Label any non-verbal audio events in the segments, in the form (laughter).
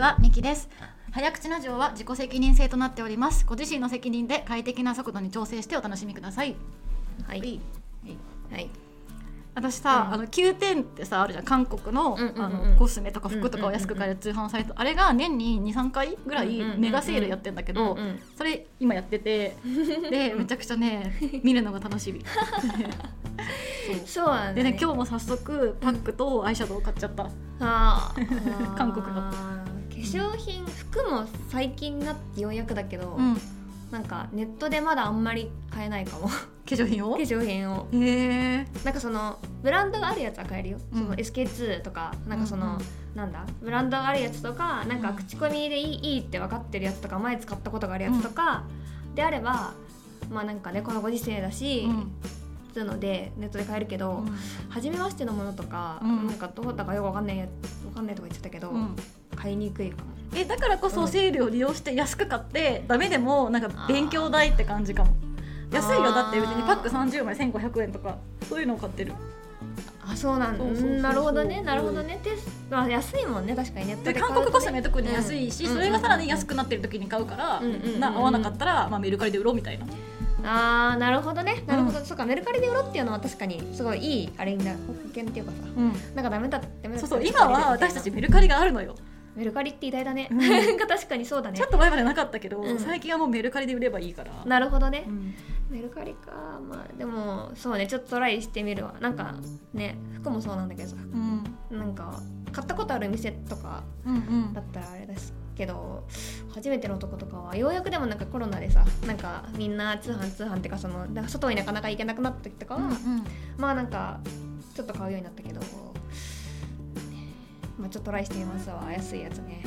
はミキです早口ラジオは自己責任制となっておりますご自身の責任で快適な速度に調整してお楽しみくださいははいいはい私さ、うんあの Q 点ってさあるじゃん韓国の,、うんうんうんあのコスメとか服とかを安く買えうる通販サイト、あれが年に23回ぐらいうんうんうんうんメガセールやってんだけど、うんうんそれ今やっ (laughs) ててでめちゃくちゃね見るのが楽しみそそううなんでだね今日も早速パックとアイシャドウ買っちゃったあー (laughs) 韓国のあー化粧品服も最近だってようやくだけど、うん化なんかネットでまだあんまり買えないかも化粧品をへ粧品をえなんかそのブランドがあるやつは買えるよ、うんその SK2 とかなんかその、うんうんなんだブランドがあるやつとかなんか口コミでいい,、いいって分かってるやつとか前使ったことがあるやつとか、であればまあなんかねこのご時世だし、つうのでネットで買えるけど、初めましてのものとか、うんなんかどうだかよくわかんないやわかんないとか言ってたけど、うん買いにくいかもえだからこうそんセールを利用して安く買って、ダメでもなんかあー勉強代って感じかも安いよあーだって別にパック30枚1500円とかそういうのを買ってるあそうなんだそうそうそうそううんなるほどねなるほどねテスまあ安いもんね確かにネットでで買う韓とね国コスメ特に安いし、うんそれがさらに安くなってる時に買うから、うんうんうんうんな合わなかったら、まあ、メルカリで売ろうみたいなあーなるほどねなるほど、そうかメルカリで売ろうっていうのは確かにすごいいいあれにな保険っていうかさなんかダメだダメだそうそう今は私たちメルカリがあるのよメルカリって偉大だね、うんなんか (laughs) 確かにそうだねちょっと前までなかったけど、うん最近はもうメルカリで売ればいいから、なるほどねう、んメルカリかまあでもそうねちょっとトライしてみるわなんかね服もそうなんだけどさうんなんか買ったことある店とかうんうんだったらあれですけど初めてのとことかはようやくでもなんかコロナでさなんかみんな通販通販っていうかそのなんか外になかなか行けなくなった時とかは、まあなんかちょっと買うようになったけど、まあ、ちょっとトライしてみますわ安いやつね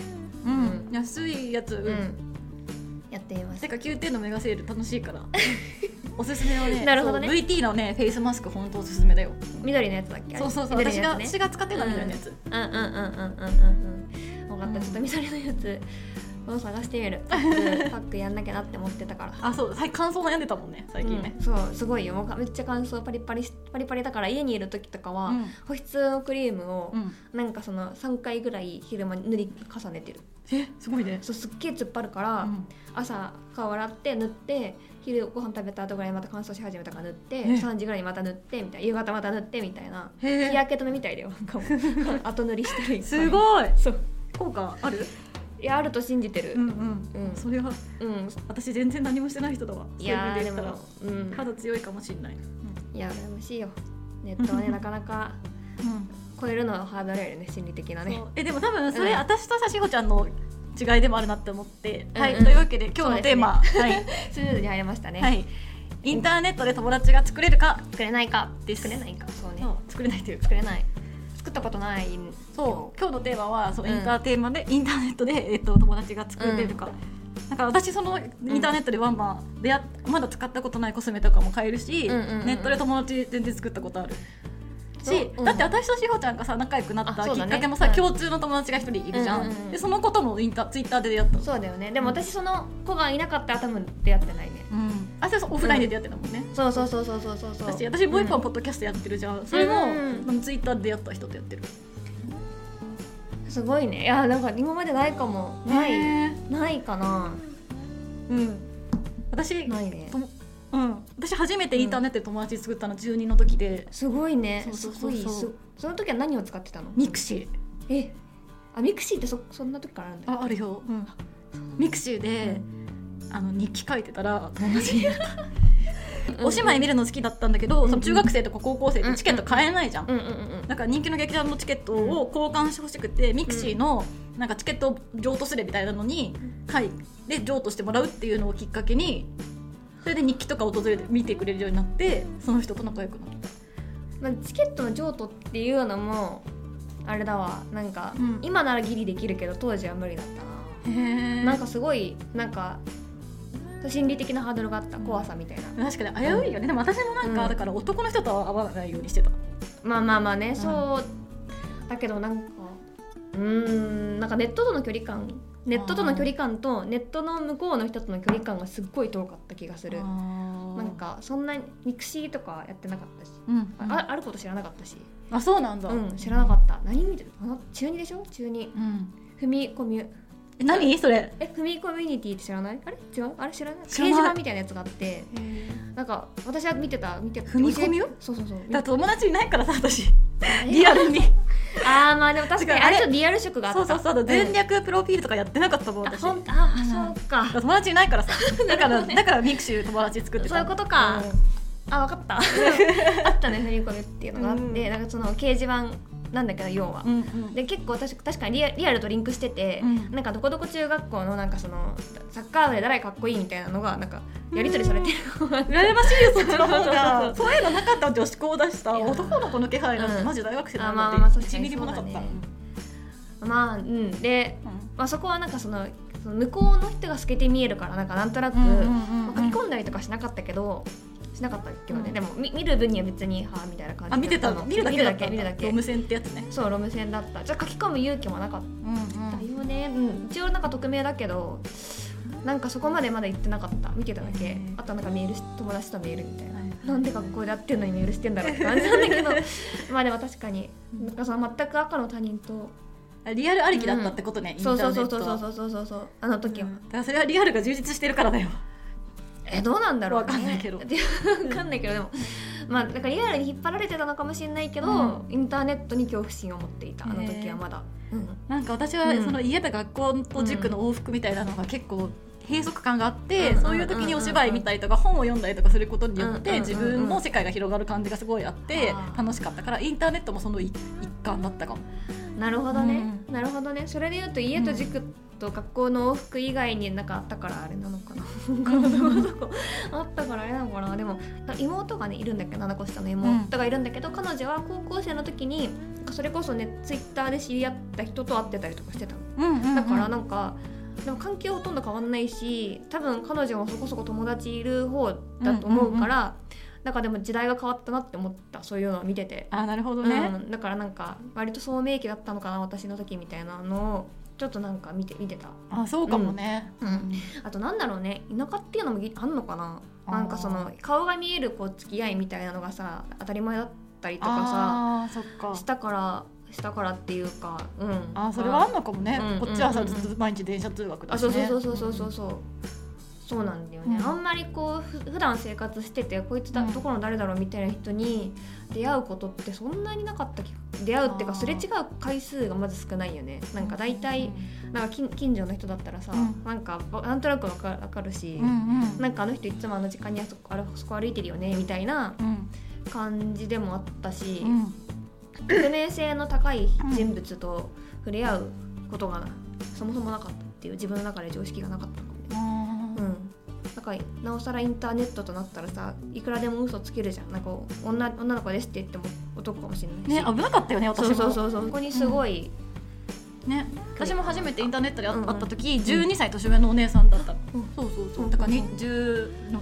うんうん安いやつ、うん、やってみますてか Q 点のメガセール楽しいから (laughs) おすすめはねなるほどねそう VT のねフェイスマスク本当おすすめだよ緑のやつだっけあれそうそうそう、緑私のがやつ私ねが使ってたみたいなやつ、うんうんうんうんうんうんうん分かった、うんちょっと緑のやつを探してみ (laughs) るパックパックやんなきゃなって思ってたからあそう最感想悩んでたもんね最近ね、うんそうすごいよもうめっちゃ乾燥パリパリしパリパリだから家にいる時とかは、保湿のクリームを、うんなんかその3回ぐらい昼間に塗り重ねてるえすごいね、そうすっげえ突っ張るから、うん朝顔洗って塗って昼ご飯食べた後ぐらいまた乾燥し始めたから塗ってね3時ぐらいにまた塗ってみたいな夕方また塗ってみたいなへ日え焼け止めみたいだよなんかも (laughs) う後塗りしてるいっぱいすごいそう効果あるいやあると信じてるうんうん、うんそれはうん私全然何もしてない人だわいやそうーいう意で味言ったもら、うん、肌強いかもしんない、いや羨ましいよネットはねなかなか超えるのはハードルやよね心理的なねそうえでも多分それ、うん私とさしほちゃんの違いでもあるなって思って、うんはいうんというわけで今日のテーマ、はいスムーズに入れましたね、はい、インターネットで友達が作れるか、作れないかです作れないかそうねそう作れないというか作れない作ったことないそう今日のテーマはそううんインターテーマで、インターネットで、えっと、友達が作れるか、なんか私そのインターネットでワンマン出会っまだ使ったことないコスメとかも買えるし、うんうんうんネットで友達全然作ったことあるそうし、うんだって私としほちゃんがさ仲良くなっあたそうきだっねかけもさ、うん共通の友達が一人いるじゃん,、うんうんうんでそのこともインタツイッターで出会ったのそうだよねでも私その子がいなかったら多分出会ってないねうんあそうそうオフラインで出会ってたもんね、そうそうそうそうそうそうそう私私もう一本んポッドキャストやってるじゃん、それも、うんあのツイッターで出会った人とやってるすごいねいやなんか今までないかもない、ねないかなうん私ないねともうん、私初めてインターネットで友達作ったの中二の時で、すごいねそうすそうそごういそうすその時は何を使ってたのミクシーえあミクシーってそそんな時からあるんだああるよ、うん、ミクシーで、あの日記書いてたら友達になった (laughs) お芝居見るの好きだったんだけど、うんその中学生とか高校生ってチケット買えないじゃん、うんうんうんなんか人気の劇団のチケットを交換してほしくて、ミクシーのなんかチケットを譲渡するみたいなのに会で譲渡してもらうっていうのをきっかけにそれで日記とか訪れて見てくれるようになってその人と仲良くなったまあ、チケットの譲渡っていうのもあれだわなんか、うん今ならギリできるけど当時は無理だったなへえなんかすごいなんか心理的なハードルがあった怖さみたいな確かに危ういよねでも私もなんか、うんだから男の人とは会わないようにしてたまあまあまあね、そうだけどなんかうーんなんかネットとの距離感ネットとの距離感とネットの向こうの人との距離感がすっごい遠かった気がするななんかそんなにミクシーとかやってなかったし、うんあああること知らなかったしあそうなんだうん知らなかった何見てるあの中二でしょ中二うん踏み込みえ何それえふみコミュニティって知らないあれ違うあれ知らない知らない掲示板みたいなやつがあってなんか私は見てた見てた踏み込みをそうそうそうだ友達いないからさ私えリアルにあーまあでも確かに違うああれれちょっとリアル色があったそうそうそう全略プロフィールとかやってなかったもんあ私ほんあうんそうか友達いない (laughs) からさだからだからミクシー友達作ってたそういうことかあ分かった (laughs) あったね踏み込みっていうのがあって、うんなんかその掲示板なんだけど要はう、んうんで結構私確かにリアリアルとリンクしてて、うんなんかどこどこ中学校のなんかそのサッカー部で誰かっこいいみたいなのがなんかやり取りされてるのがあって羨ましいよそっちのそうそう方そがうそういうのなかった女子校だしさいや男の子の気配なんうてんマジ大学生なんあまあまだあって確か1にミリもなかっそうただうね (laughs) んまあうんで、まあ、そこはなんかそのその向こうの人が透けて見えるからなんかなんとなく、うんうんまあう書んき込んだりとかしなかったけどしなかったけどね、うんでもみ見る分には別にはあみたいな感じあ見てただのっ見るだけだった見るだけロ見るだけム線ってやつねそうロム線だったじゃあ書き込む勇気もなかっうんうんたよね、うん一応なんか匿名だけどなんかそこまでまだ行ってなかった見てただけ、うんあとなんかメールし友達とメールみたいな、はいはいなんで学校で会ってんのにメールしてんだろうって感じなんだ (laughs) けどまあでも確かになんかその全く赤の他人とあリアルありきだったってことねインタそうそーうネそうットそはうそうそうそうそうあの時は、だからそれはリアルが充実してるからだよえどうなんだろう、ね、わかんな (laughs) いけどわかんないけどでもまあなんかリアルに引っ張られてたのかもしれないけど、うんインターネットに恐怖心を持っていたあの時はまだ、うんなんか私はうんその家と学校と塾の往復みたいなのが結構閉塞感があって、うんうんそういう時にお芝居見たりとか本を読んだりとかすることによっうんてうんうん自分の世界が広がる感じがすごいあってあー楽しかったからインターネットもその一一環だったかも。なるほどね、うなるほどねそれでいうと家と塾と学校の往復以外になんかあったからあれなのかな (laughs) あったからあれなのかなでも妹がねいるんだけど7個下の妹がいるんだけど、彼女は高校生の時にそれこそねツイッターで知り合った人と会ってたりとかしてたの。だからなんか、でも環境ほとんど変わんないし多分彼女もそこそこ友達いる方だと思うから、なんかでも時代が変わったなって思ったそういうのを見てて、あーなるほどね、うん、だからなんか割と聡明期だったのかな私の時みたいなのをちょっとなんか見て見てたあそうかもね、うんあとなんだろうね田舎っていうのもぎあんのかなあーなんかその顔が見えるこう付き合いみたいなのがさ当たり前だったりとかあーそっさかしたからしたからっていうかうんあーそれはあんのかもね、うんこっちはさうんうんうんずっと毎日電車通学だあし、ね、そうそうそうそうそうそうそう、そうなんだよね、うんあんまりこうふ普段生活しててこいつだうんどこの誰だろうみたいな人に出会うことってそんなになかった気が出会うっていうかあーすれ違う回数がまず少ないよねなんか大体、なんか近近所の人だったらさ、うんなんかわなんとなくわかわかるし、うんうんうんなんかあの人いつもあの時間にあそこあれそこ歩いてるよねみたいなうん感じでもあったし、うん匿名性の高い人物と触れ合うことがそもそもなかったっていう自分の中で常識がなかったのかもねうあーん、なんかなおさらインターネットとなったらさいくらでも嘘つけるじゃんなんか女女の子ですって言っても男かもしれないねし、危なかったよね私そもうそうそうそうここにすごい、ね、私も初めてインターネットで会うんうん会った時、12歳年上のお姉さんだった、うんそうそううんうそんうだからに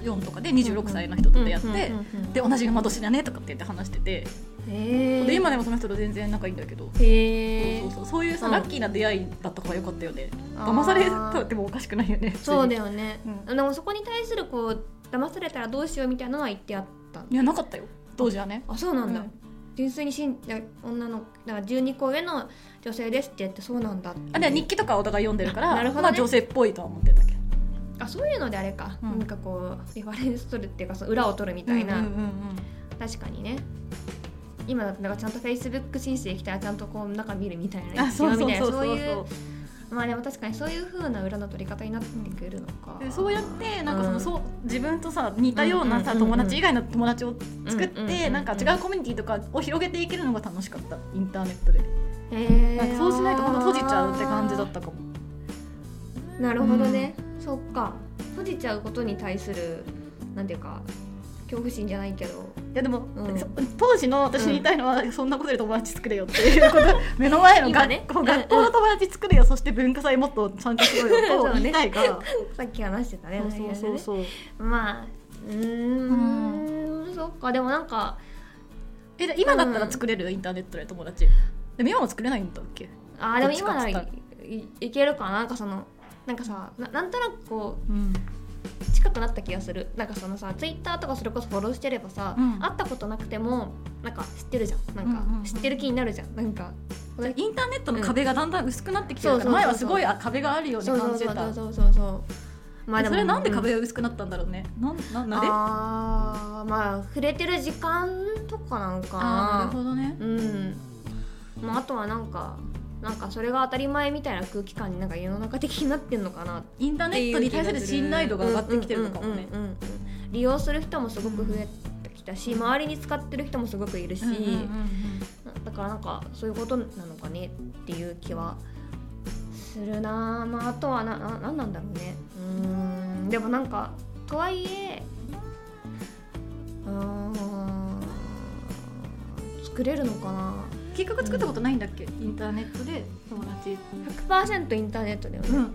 14とかで26歳の人と出会って、で同じ馬年だねとかって言って話してて、へえで今でもその人と全然仲いいんだけど、へえそうそうそうそういうさ、うんラッキーな出会いだったからよかったよね騙されたってもおかしくないよねそうだよよね、うんでもそこに対するこう騙されたらどうしようみたいなのは言ってあったいやなかったよ当時はねあそうなんだ、うん純粋にしん女のだから12個上の女性ですって言ってそうなんだってあで日記とかお互い読んでるからなるほどねまあ女性っぽいとは思ってたけどあそういうのであれか、うんなんかこうリファレンス取るっていうかその裏を取るみたいな、うんうんうん確かにね今だってなんかちゃんとフェイスブック申請来たらちゃんとこう中見るみたいうんなあそうそう一応そみうたいなそいそううそううまあでも確かにそういう風な裏の取り方になってくるのかでそうやってなんかその、うそう自分とさ似たようなさ、うんうんうんうん友達以外の友達を作って、うんうんうんうんなんか違うコミュニティとかを広げていけるのが楽しかったインターネットで、へーなんかそうしないとこの閉じちゃうって感じだったかもなるほどね、そっか閉じちゃうことに対するなんていうか恐怖心じゃないけどいやでも、うんそ当時の私に言いたいのは、そんなことで友達作れよっていうこと目の前の今学,、ね校学校の友達作れよそして文化祭もっと参加しろよそうとね言いたいから、さっき話してたねそうそうそうそうまあうーんそっかでもなんかえで今だったら作れる、インターネットで友達でも今も作れないんだっけあーでもどっちか今ならっつったいらいいけるかななんかそのなんかさななんとなくこうんう近くなった気がするなんかそのさツイッターとかそれこそフォローしてればさ、うん会ったことなくてもなんか知ってるじゃんなんうんうんうかん知ってる気になるじゃん,、なんかこれインターネットの壁がだんだん薄くなってきてるから、そうそうそうそう前はすごいあ壁があるようにそうそ感うじそてうたそうそうそうそうまそれなんでう壁が薄くなったんだろうねなんなんでああーまあ触れてる時間とかなんかあなーなるほどねうん、まあ、あとはなんかなんかそれが当たり前みたいな空気感になんか世の中的になってんのかなインターネットに対する信頼度が上がってきてるのかもねうんうんうんうんうん利用する人もすごく増えてきたし周りに使ってる人もすごくいるし、うんうんうんうんだからなんかそういうことなのかねっていう気はするなあまああとはなななんなんだろうねうーんでもなんかとはいえうーん作れるのかな結局作ったことないんだっけ、インターネットで友達100%インターネットだよね、うん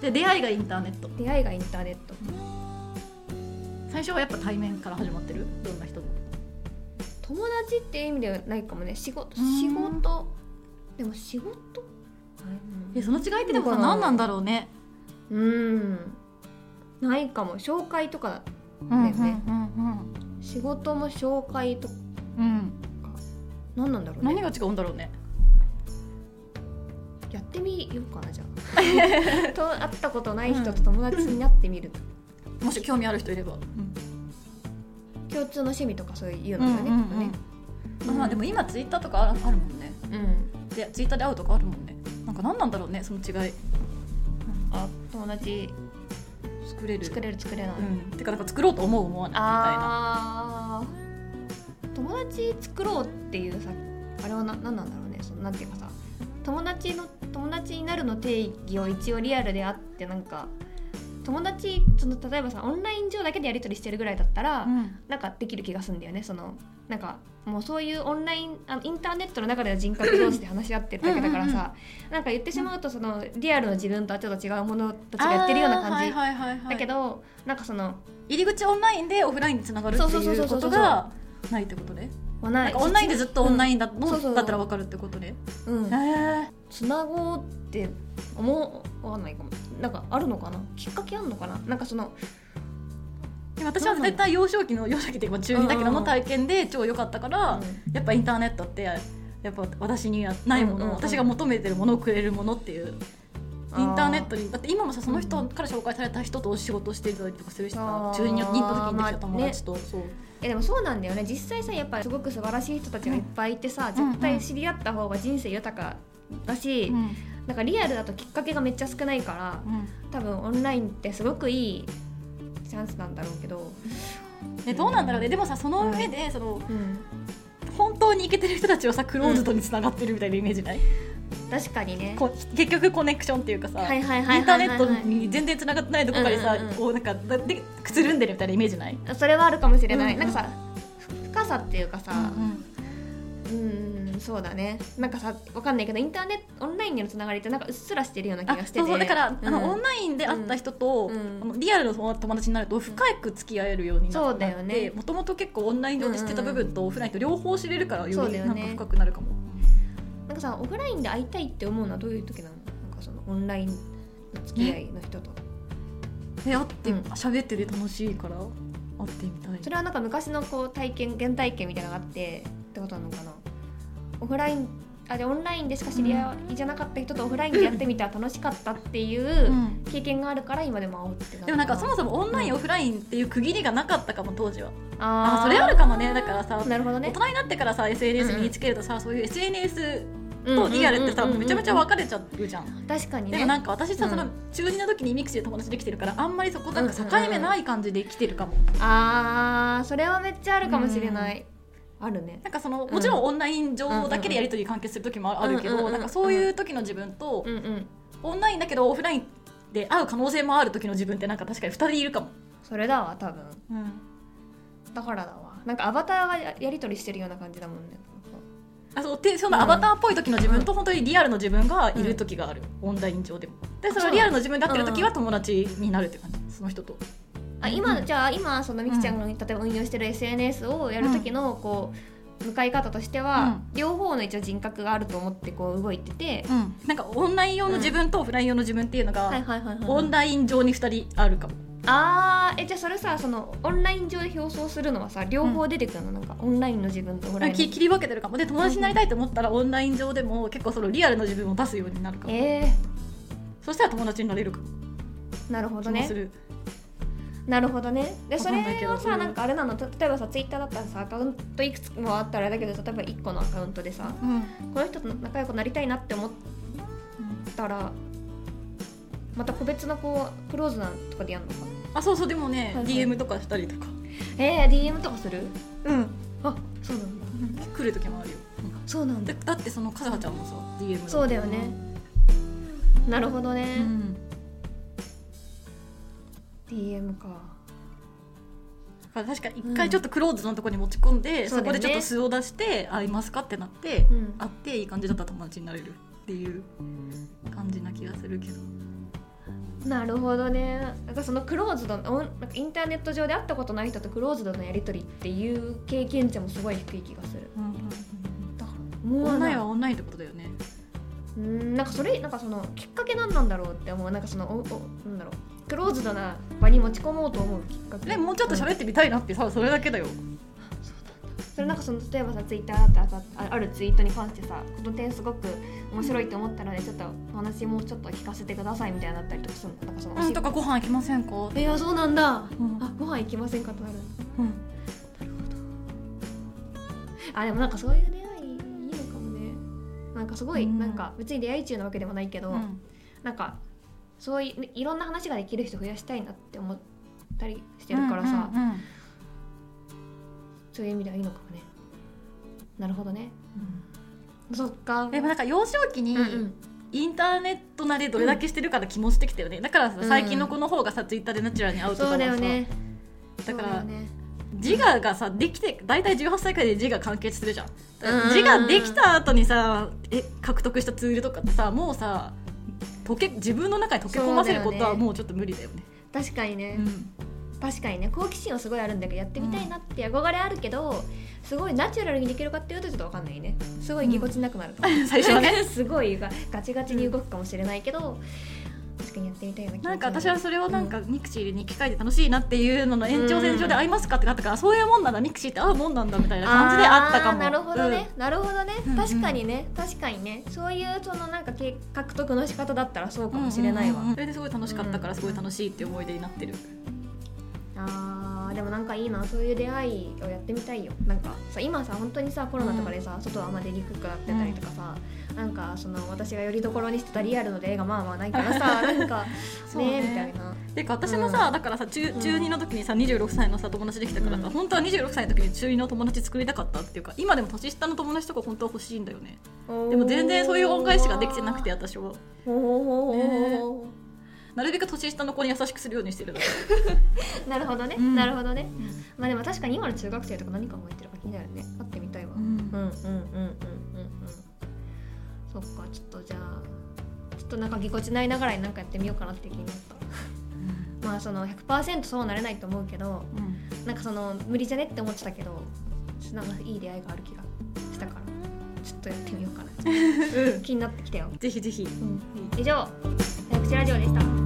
で出会いがインターネット出会いがインターネット最初はやっぱ対面から始まってるどんな人も友達っていう意味ではないかもね仕事うん仕事でも仕事えその違いってでもそうさかな何なんだろうねうんないかも紹介とかうんうんうん仕事も紹介とかうん何なんだろうね何が違うんだろうねやってみようかなじゃ (laughs) あと会ったことない人と友達になってみる、もし興味ある人いれば、うん共通の趣味とかそういううのんがね,、うんねうんまあでも今ツイッターとかあるあるもんねうんでツイッターで会うとかあるもんねなんか何なんだろうねその違いあ友達作れる作れる作れない、うん、てかなんか作ろうと思う思わないみたいなあー友達作ろうっていうさあれはな何なんだろうねそのなんていうかさ友達の友達になるの定義を一応リアルであってなんか友達その例えばさオンライン上だけでやり取りしてるぐらいだったら、うんなんかできる気がするんだよねそのなんかもうそういうオンラインあのインターネットの中での人格同士で話し合ってるだけだからうんうんさなんか言ってしまうとそのリアルの自分とはちょっと違うものたちがやってるような感じ、あーはいはいはいはいだけどなんかその入り口オンラインでオフラインにつながるってそうそういそううそうこそとうがないってことねオンラなんかオンラインでずっとオンラインだ,、のそうそうだったらわかるってことねうんへえつなごうって思わないかもなんかあるのかなきっかけあんのかななんかそのでも私は絶対幼少期の幼少期って今中二うだけどんうんうのん体験で超良かったから、やっぱインターネットってやっぱ私にはないもの、うんうんうん私が求めてるものをくれるものっていうインターネットににだって今もさその人から紹介された人とお仕事していたりとかする人が中2に行った時にできた友達と、そうえでもそうなんだよね実際さやっぱすごく素晴らしい人たちがいっぱいいてさ、うん絶対知り合った方が人生豊かだし、なんかリアルだときっかけがめっちゃ少ないから多分オンラインってすごくいいチャンスなんだろうけど、えどうなんだろうねでもさその上で、そのうん、本当にイケてる人たちはさクローズドにつながってるみたいなイメージない、確かにねこう結局コネクションっていうかさ、はいはいはいはいはいはいインターネットに全然つながってないとこからさ、うんうんうんこうなんかだでくつるんでるみたいなイメージない、それはあるかもしれない、うんうんなんかさ深さっていうかさ、うんそうだねなんかさわかんないけどインターネットオンラインでのつながりってなんかうっすらしてるような気あがしててそうそうだから、あうんのオンラインで会った人と、うんあのリアルの友達になると深く付き合えるようになそっうだよねてもともと結構オンライン上で知ってた部分とオフラインと両方知れるからそようだりよなんねか深くなるかも、なんかさオフラインで会いたいって思うのはどういう時なのなんかそのオンラインの付き合いの人とで会ってうん喋ってて楽しいから会ってみたいそれはなんか昔のこう体験原体験みたいなのがあってってことなのかなオフラインあでオンラインでしか知り合いじゃなかった人とオフラインでやってみたら楽しかったっていううん経験があるから今でも会おうってでもなんかそももそもオンライン、オフラインっていう区切りがなかったかも当時はああーそれあるかもねだからさなるほど大ね人になってからさ SNS 身につけるとさ、そういう SNS うんとリアルってさ、うんうんうんうんめちゃめちゃ分かれちゃうじゃん、確かにでねもなんか私さ、うんその中二の時にミクシーで友達できてるからあんまりそこなんか境目ない感じで生きてるかも、あーそれはめっちゃあるかもしれない、あるねなんかそのもちろんオンライン上だけでやり取り完結する時もあるけうど、んうんうんなんかそういう時の自分と、うんうんオンラインだけどオフラインで会う可能性もある時の自分ってなんか確かに2人いるかも、それだわ多分だからだわなんかアバターがややり取りしてるような感じだもんねあそうてそのアバターっぽい時の自分と本当にリアルの自分がいる時がある、オンライン上でもでそのリアルの自分で会ってる時は友達になるって感じその人とあう今んじゃあ今そのみきちゃんが例えば運用してる SNS をやる時のこう向かい方としては、両方の一応人格があると思ってこう動いてて、なんかオンライン用の自分とオフライン用の自分っていうのが、はいはいはいはいオンライン上に2人あるかもあーえじゃあそれさそのオンライン上で表層するのはさ両方出てくるの、なんかオンラインの自分とオフラインのき切り分けてるかもで友達になりたいと思ったらオンライン上でも結構そのリアルの自分を出すようになるかも、えそしたら友達になれるかもー、なるほ気どもねする、なるほどねでわそかれんないけどはさうんなんかあれなのた例えばさツイッターだったらさアカウントいくつもあったらあれだけど例えば1個のアカウントでさうんこの人と仲良くなりたいなって思ったらまた個別のこうクローズなとかでやるのかあそうそうでもね、はいはい DM とかしたりとかえー、DM とかするうんあそうなんだ来る時もあるよそうなんだでだってそのかずはちゃんもさ DM だそうだよねなるほどねう、ん DM かだから確か一回ちょっとクローズのとこに持ち込んで、うんそこでちょっと素を出して「会いますか?」ってなって、うん会っていい感じだったら友達になれるっていう感じな気がするけどなるほどねなんかそのクローズドのオンなんかインターネット上で会ったことない人とクローズドのやり取りっていう経験値もすごい低い気がするだからもオンラインなはオンラインってことだよねうんなんかそれなんかそのきっかけなんなんだろうって思うなんかそのおおなんだろうクローズドな場に持ち込もうと思うきっかけでもうちょっとん喋ってみたいなってさそれだけだよそれなんかその例えばさツイッターだったらさああるツイートに関してさこの点すごく面白いと思ったのでちょっとお話もうちょっと聞かせてくださいみたいなのあったりとかするのなんかそのうんとかご飯行きませんかいやそうなんだ、うんあご飯行きませんかとなるうんあでもなんかそういう出会いいいのかもねなんかすごい、うんなんか別に出会い中なわけでもないけど、うんなんかそういういろんな話ができる人増やしたいなって思ったりしてるからさ、うんうんうんそういう意味ではいいのかもねなるほどねそっかでもなんか幼少期にうんうんインターネットなれどれだけしてるから気もしてきたよねだからさうん最近の子の方がさツイッターでナチュラルに会うとかそはうだよさねだからそうよね自我がさできて大体18歳くらいで自我完結するじゃんうん自我できた後にさえ獲得したツールとかってさもうさ溶け自分の中に溶け込ませることそうだはよねもうちょっと無理だよね確かにね、うん確かにね好奇心はすごいあるんだけどやってみたいなって憧れあるけど、すごいナチュラルにできるかっていうとちょっとわかんないねすごいぎこちなくなるかも、 (laughs) 最初は (laughs) ねすごいがガチガチに動くかもしれないけど、確かにやってみたいような気がなんか私はそれをなんかミクシーに機械で楽しいなっていうのの延長線上で会いますかってなったからそういうもんなんだミクシーって会うもんなんだみたいな感じであったかあもーなるほどね、なるほどねうんうん確かにね確かにねそういうそのなんかけ獲得の仕方だったらそうかもしれないわ、うんうんうんそれですごい楽しかったからすごい楽しいって思い出になってるあーでもなんかいいなそういう出会いをやってみたいよなんかさ今さ本当にさコロナとかでさ、外はあんま出にくくなってたりとかさ、なんかその私がよりどころにしてたリアルの出会いがまあまあないから (laughs) さなんかねそうねみたいなてか私もさ、だからさ中中2の時にさ26歳のさ友達できたからうさ、ん本当は26歳の時に中2の友達作りたかったっていうか今でも年下の友達とか本当は欲しいんだよねでも全然そういう恩返しができてなくて私はおーねなるべく年下の子に優しくするようにしてるだけなるほどね、うんなるほどねんまあでも確かに今の中学生とか何考えてるか気になるね会ってみたいわ、うんうんうんうんうんうんそっかちょっとじゃあちょっとなんかぎこちないながらになんかやってみようかなって気になったまあその100%そうなれないと思うけどなんかその無理じゃねって思ってたけどちょっとなんかいい出会いがある気がしたからちょっとやってみようかな気になってきたよ、ぜひぜひ以上「早口ラジオ」でした